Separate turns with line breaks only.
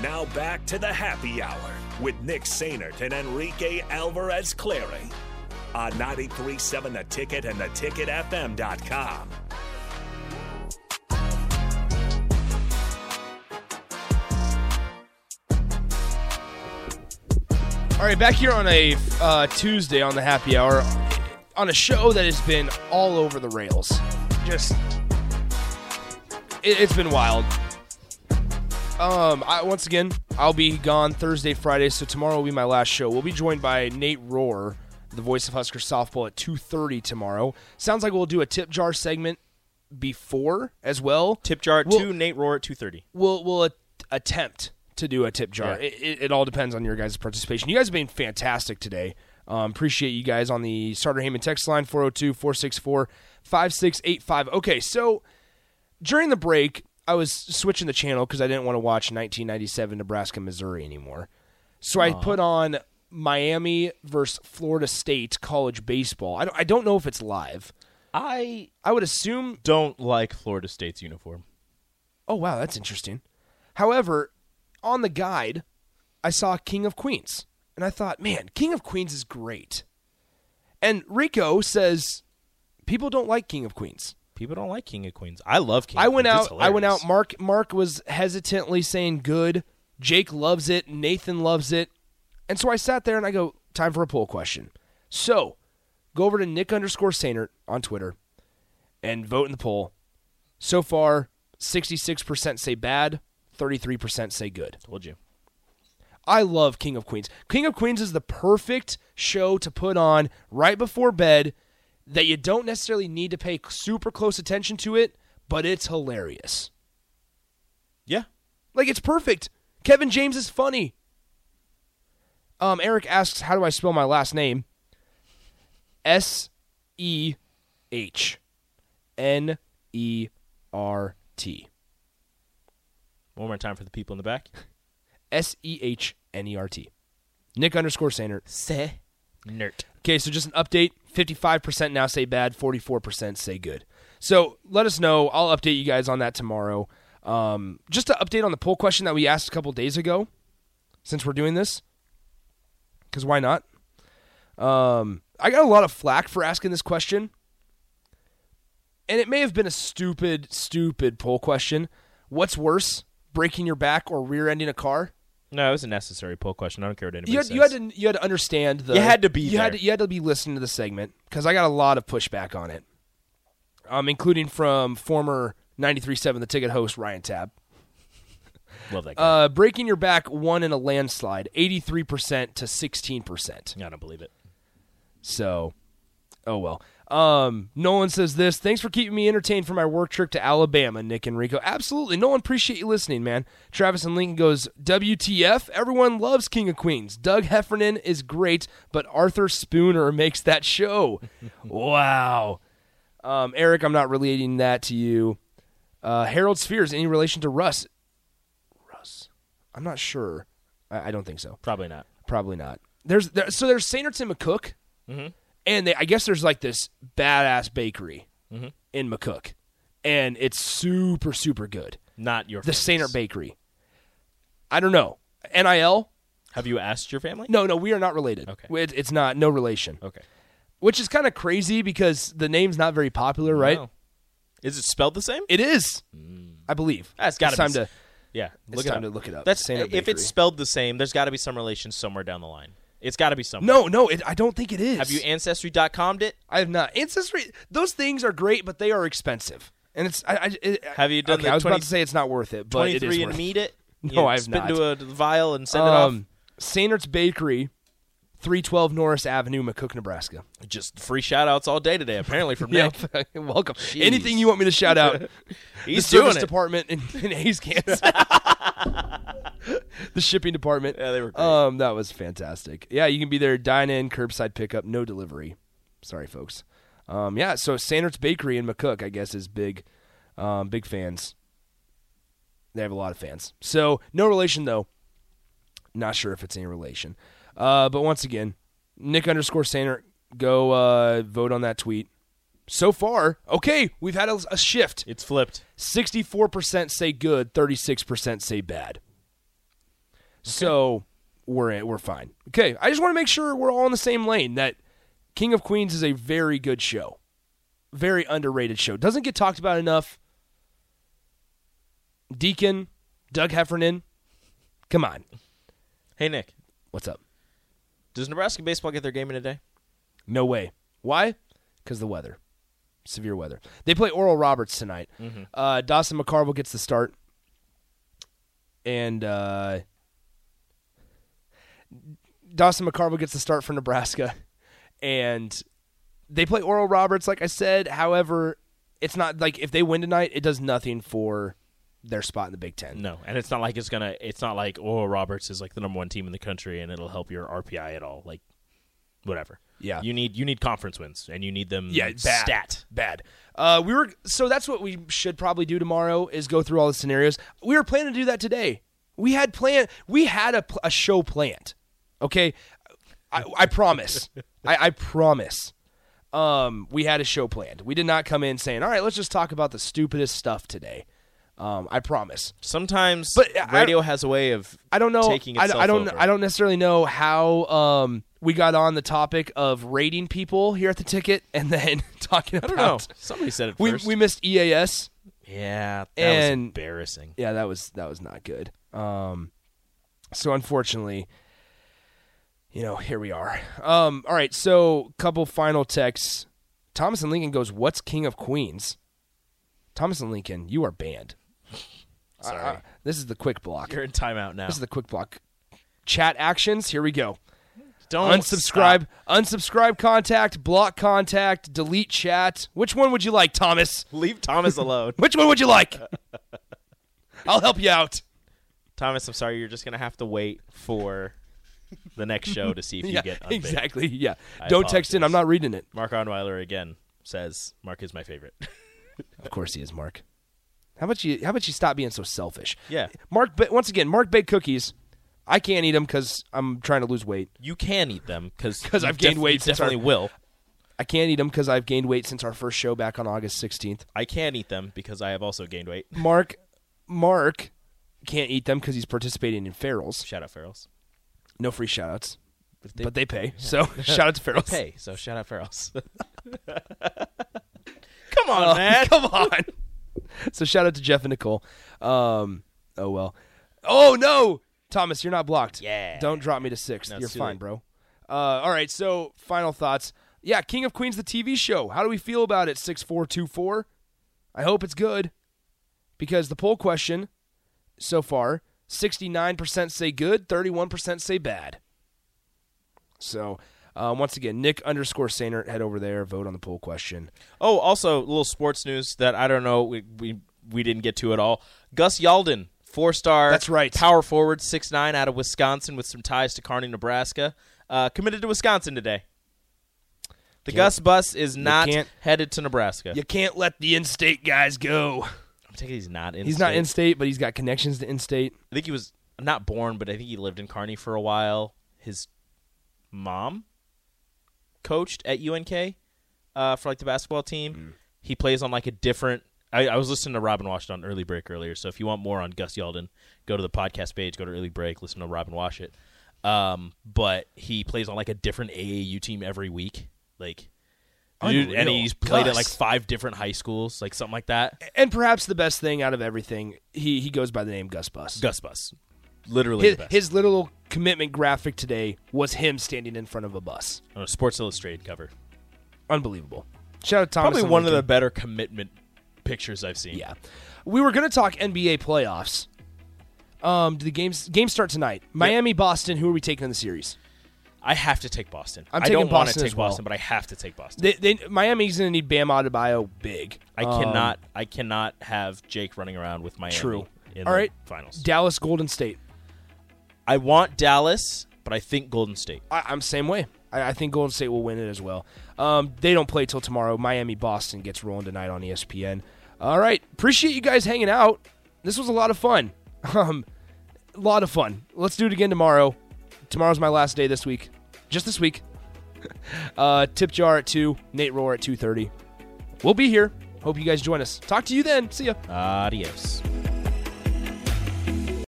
Now back to the happy hour with Nick Sainert and Enrique Alvarez Clary on 93.7 The Ticket and theticketfm.com.
All right, back here on a uh, Tuesday on the happy hour on a show that has been all over the rails. Just, it, it's been wild. Um, I, once again, I'll be gone Thursday, Friday, so tomorrow will be my last show. We'll be joined by Nate Rohr, the voice of Husker softball, at two thirty tomorrow. Sounds like we'll do a tip jar segment before as well.
Tip jar at
Well-
two. Nate Rohr at two thirty.
will will at- attempt to do a tip jar.
Yeah.
It, it, it all depends on your guys' participation. You guys have been fantastic today. Um, appreciate you guys on the Starter Heyman text line 402 464 5685. Okay, so during the break, I was switching the channel because I didn't want to watch 1997 Nebraska, Missouri anymore. So I put on Miami versus Florida State college baseball. I don't, I don't know if it's live.
I
I would assume
don't like Florida State's uniform.
Oh wow, that's interesting. However, on the guide, I saw King of Queens, and I thought, man, King of Queens is great. And Rico says people don't like King of Queens.
People don't like King of Queens. I love King.
I
of
went
Queens. It's
out. I went
hilarious.
out. Mark. Mark was hesitantly saying good. Jake loves it. Nathan loves it. And so I sat there and I go, time for a poll question. So go over to Nick underscore Sainert on Twitter and vote in the poll. So far, 66% say bad, 33% say good.
Told you.
I love King of Queens. King of Queens is the perfect show to put on right before bed that you don't necessarily need to pay super close attention to it, but it's hilarious.
Yeah.
Like it's perfect. Kevin James is funny. Um, Eric asks, "How do I spell my last name?" S E H N E R T.
One more time for the people in the back.
S E H N E R T. Nick underscore Sainert.
Say nerd.
Okay, so just an update 55% now say bad, 44% say good. So let us know. I'll update you guys on that tomorrow. Um, just to update on the poll question that we asked a couple days ago, since we're doing this, because why not? Um, I got a lot of flack for asking this question, and it may have been a stupid, stupid poll question. What's worse, breaking your back or rear ending a car?
No, it was a necessary poll question. I don't care what anybody
you had,
says.
you had to you had to understand the
You had to be
you had
there.
to, you had to be listening to the segment because I got a lot of pushback on it, um, including from former 93.7 The Ticket host Ryan Tabb.
love that. Guy.
Uh, breaking your back won in a landslide, 83 percent to 16 percent.
I don't believe it.
So, oh well. Um, Nolan says this. Thanks for keeping me entertained for my work trip to Alabama, Nick and Rico. Absolutely, Nolan. Appreciate you listening, man. Travis and Lincoln goes. WTF? Everyone loves King of Queens. Doug Heffernan is great, but Arthur Spooner makes that show. wow. Um, Eric, I'm not relating that to you. Uh, Harold Spheres, any relation to Russ? Russ, I'm not sure. I, I don't think so.
Probably not.
Probably not. There's there, so there's Sainterton McCook,
Mm-hmm.
and they, I guess there's like this badass bakery
Mm-hmm.
in McCook, and it's super super good.
Not your
The
family's.
Sainert Bakery. I don't know nil.
Have you asked your family?
No, no, we are not related.
Okay.
It- it's not no relation,
Okay.
which is kind of crazy because the name's not very popular, right?
No. Is it spelled the same?
It is, I believe.
That's gotta
It's time
be
to
s- Yeah.
it's
look it
time
up.
to look it up.
That's
Sainert
if
Bakery.
it's spelled the same. There's got to be some relation somewhere down the line. It's got to be somewhere.
no, no. It, I don't think it is.
Have you ancestry.com'd it?
I have not. Ancestry. Those things are great, but they are expensive. And it's. I, I, it,
Have you done
okay,
the
I was
20
about to say it's not worth it, but it is
Twenty-three
worth
and
it.
meet it.
No,
You know,
I have
spit
not.
into a vial and send
Um, Sainert's Bakery, three twelve Norris Avenue, McCook, Nebraska.
it off. Just free shout outs all day today, apparently from Nick.
Yep. Welcome. Anything you want me to shout out?
He's
the service
doing it.
department in, in Hayes, Kansas. the shipping department.
Yeah, they were great.
Um, that was fantastic. Yeah, you can be there. Dine in, curbside pickup, no delivery. Sorry, folks. Um, yeah. So Sandert's Bakery in McCook, I guess, is big, um, big fans. They have a lot of fans. So no relation though. Not sure if it's any relation. Uh, but once again, Nick underscore Sandert, go uh, vote on that tweet. So far, okay, we've had a, a shift.
It's flipped.
64% say good, 36% say bad. So we're in, we're fine. Okay, I just want to make sure we're all in the same lane. That King of Queens is a very good show, very underrated show. Doesn't get talked about enough. Deacon, Doug Heffernan, come on,
Hey Nick,
what's up?
does Nebraska baseball get their game in a day?
No way. Why? Because the weather, severe weather. They play Oral Roberts tonight. Uh, Dawson McCarville gets the start, and uh, Dawson McCarville gets the start for Nebraska, and they play Oral Roberts. Like I said, however, it's not like if they win tonight, it does nothing for their spot in the Big Ten.
No, and it's not like it's gonna. It's not like Oral Roberts is like the number one team in the country, and it'll help your RPI at all. Like, whatever.
Yeah.
you need you need conference wins, and you need them.
Yeah, bad.
stat.
Bad. Uh, we were so that's what we should probably do tomorrow is go through all the scenarios. We were planning to do that today. We had plan. We had a, pl- a show planned. Okay, I, I promise. I, I promise. Um, we had a show planned. We did not come in saying, "All right, let's just talk about the stupidest stuff today." Um, I promise.
Sometimes,
But, uh, I
radio has a way of.
I don't know.
Taking
I,
itself
I don't.
over.
I don't necessarily know how um, we got on the topic of rating people here at the ticket, and then talking about.
I don't know. Somebody said it
We,
first.
we missed E EAS.
yeah, that
and-
was embarrassing.
Yeah, that was that was not good. Um, so unfortunately, you know, here we are. Um, all right, so couple final texts. Thomas and Lincoln goes, "What's King of Queens?" Thomas and Lincoln, you are banned.
Sorry,
Uh, this is the quick block.
you're in timeout now.
This is the quick block. Chat actions. Here we go.
Don't
Unsubscribe.
stop.
Unsubscribe. Contact. Block. Contact. Delete chat. Which one would you like, Thomas?
Leave Thomas alone.
Which one would you like? I'll help you out.
Thomas, I'm sorry. You're just gonna have to wait for the next show to see if you get unbanned.
exactly. Yeah,
I
don't text in. I'm
apologize.
not reading it.
Mark Onweiler again says Mark is my favorite.
Of course he is, Mark. How about you? How about you stop being so selfish?
Yeah.
Mark. But once again, Mark baked cookies. I can't eat them because I'm trying to lose weight.
you can eat them because
'Cause I've gained weight since
Definitely
our-
will.
I can't eat them because I've gained weight since our first show back on August 16th.
I can eat them because I have also gained weight.
Mark, Mark can't eat them because he's participating in Ferrell's.
Shout out Ferrell's.
No free shout outs,
But they
but they pay. So shout out to Ferrell's.
pay, so shout out Ferrell's. Come on,
Oh,
man.
Come on. So shout out to Jeff and Nicole. Um, oh well. Oh no, Thomas, you're not blocked.
Yeah.
Don't drop me to sixth.
No, it's
you're
too
fine,
late.
bro. Uh, all right. So final thoughts. Yeah, King of Queens, the TV show. How do we feel about it? Six four two four. I hope it's good, because the poll question so far, sixty nine percent say good, thirty one percent say bad. So. Um, once again, Nick underscore Sainert, head over there, vote on the poll question.
Oh, also a little sports news that I don't know we we, we didn't get to at all. Gus Yaldin, four star.
That's right.
Power forward, six nine, out of Wisconsin with some ties to Kearney, Nebraska. Uh, committed to Wisconsin today. The
Can't-
Gus bus is not
can't-
headed to Nebraska.
You can't let the in-state guys go.
I'm taking he's not in.
He's not in-state, but he's got connections to in-state.
I think he was not born, but I think he lived in Kearney for a while. His mom coached at UNK uh, for like the basketball team.
Mm.
He plays on like a different. I, I was listening to Robin Wash on Early Break earlier, so if you want more on Gus Yeldon, go to the podcast page, go to Early Break, listen to Robin Wash it. Um, but he plays on like a different AAU team every week, like. Dude, and
Unreal.
he's played at
Gus.
like five different high schools, like something like that.
And perhaps the best thing out of everything, he he goes by the name Gus Bus.
Gus Bus, literally
his,
the best.
his little commitment graphic today was him standing in front of a bus.
on a Sports Illustrated cover.
Unbelievable. Shout out to Thomas.
Probably
and
one of the
Lincoln.
better commitment pictures I've seen.
Yeah, we were gonna talk NBA playoffs. Um, do the games games start tonight? Miami, Boston. Who are we taking in the series?
I have to take Boston.
I'm
I
taking
don't want to
Boston
take
as well.
Boston, but I have to take Boston.
They, they, Miami's gonna need Bam Adebayo big.
I
Um,
cannot. I cannot have Jake running around with Miami.
True.
In
All
the
right.
Finals.
Um, Dallas, Golden State.
I want Dallas, but I think Golden State.
I, I'm same way. I, I think Golden State will win it as well. Um, they don't play till tomorrow. Miami Boston gets rolling tonight on E ESPN. All right, appreciate you guys hanging out. This was a lot of fun. Um, a lot of fun. Let's do it again tomorrow. Tomorrow's my last day this week, just this week. uh, tip jar at two. Nate Rohr at two thirty. We'll be here. Hope you guys join us. Talk to you then. See ya.
Adios.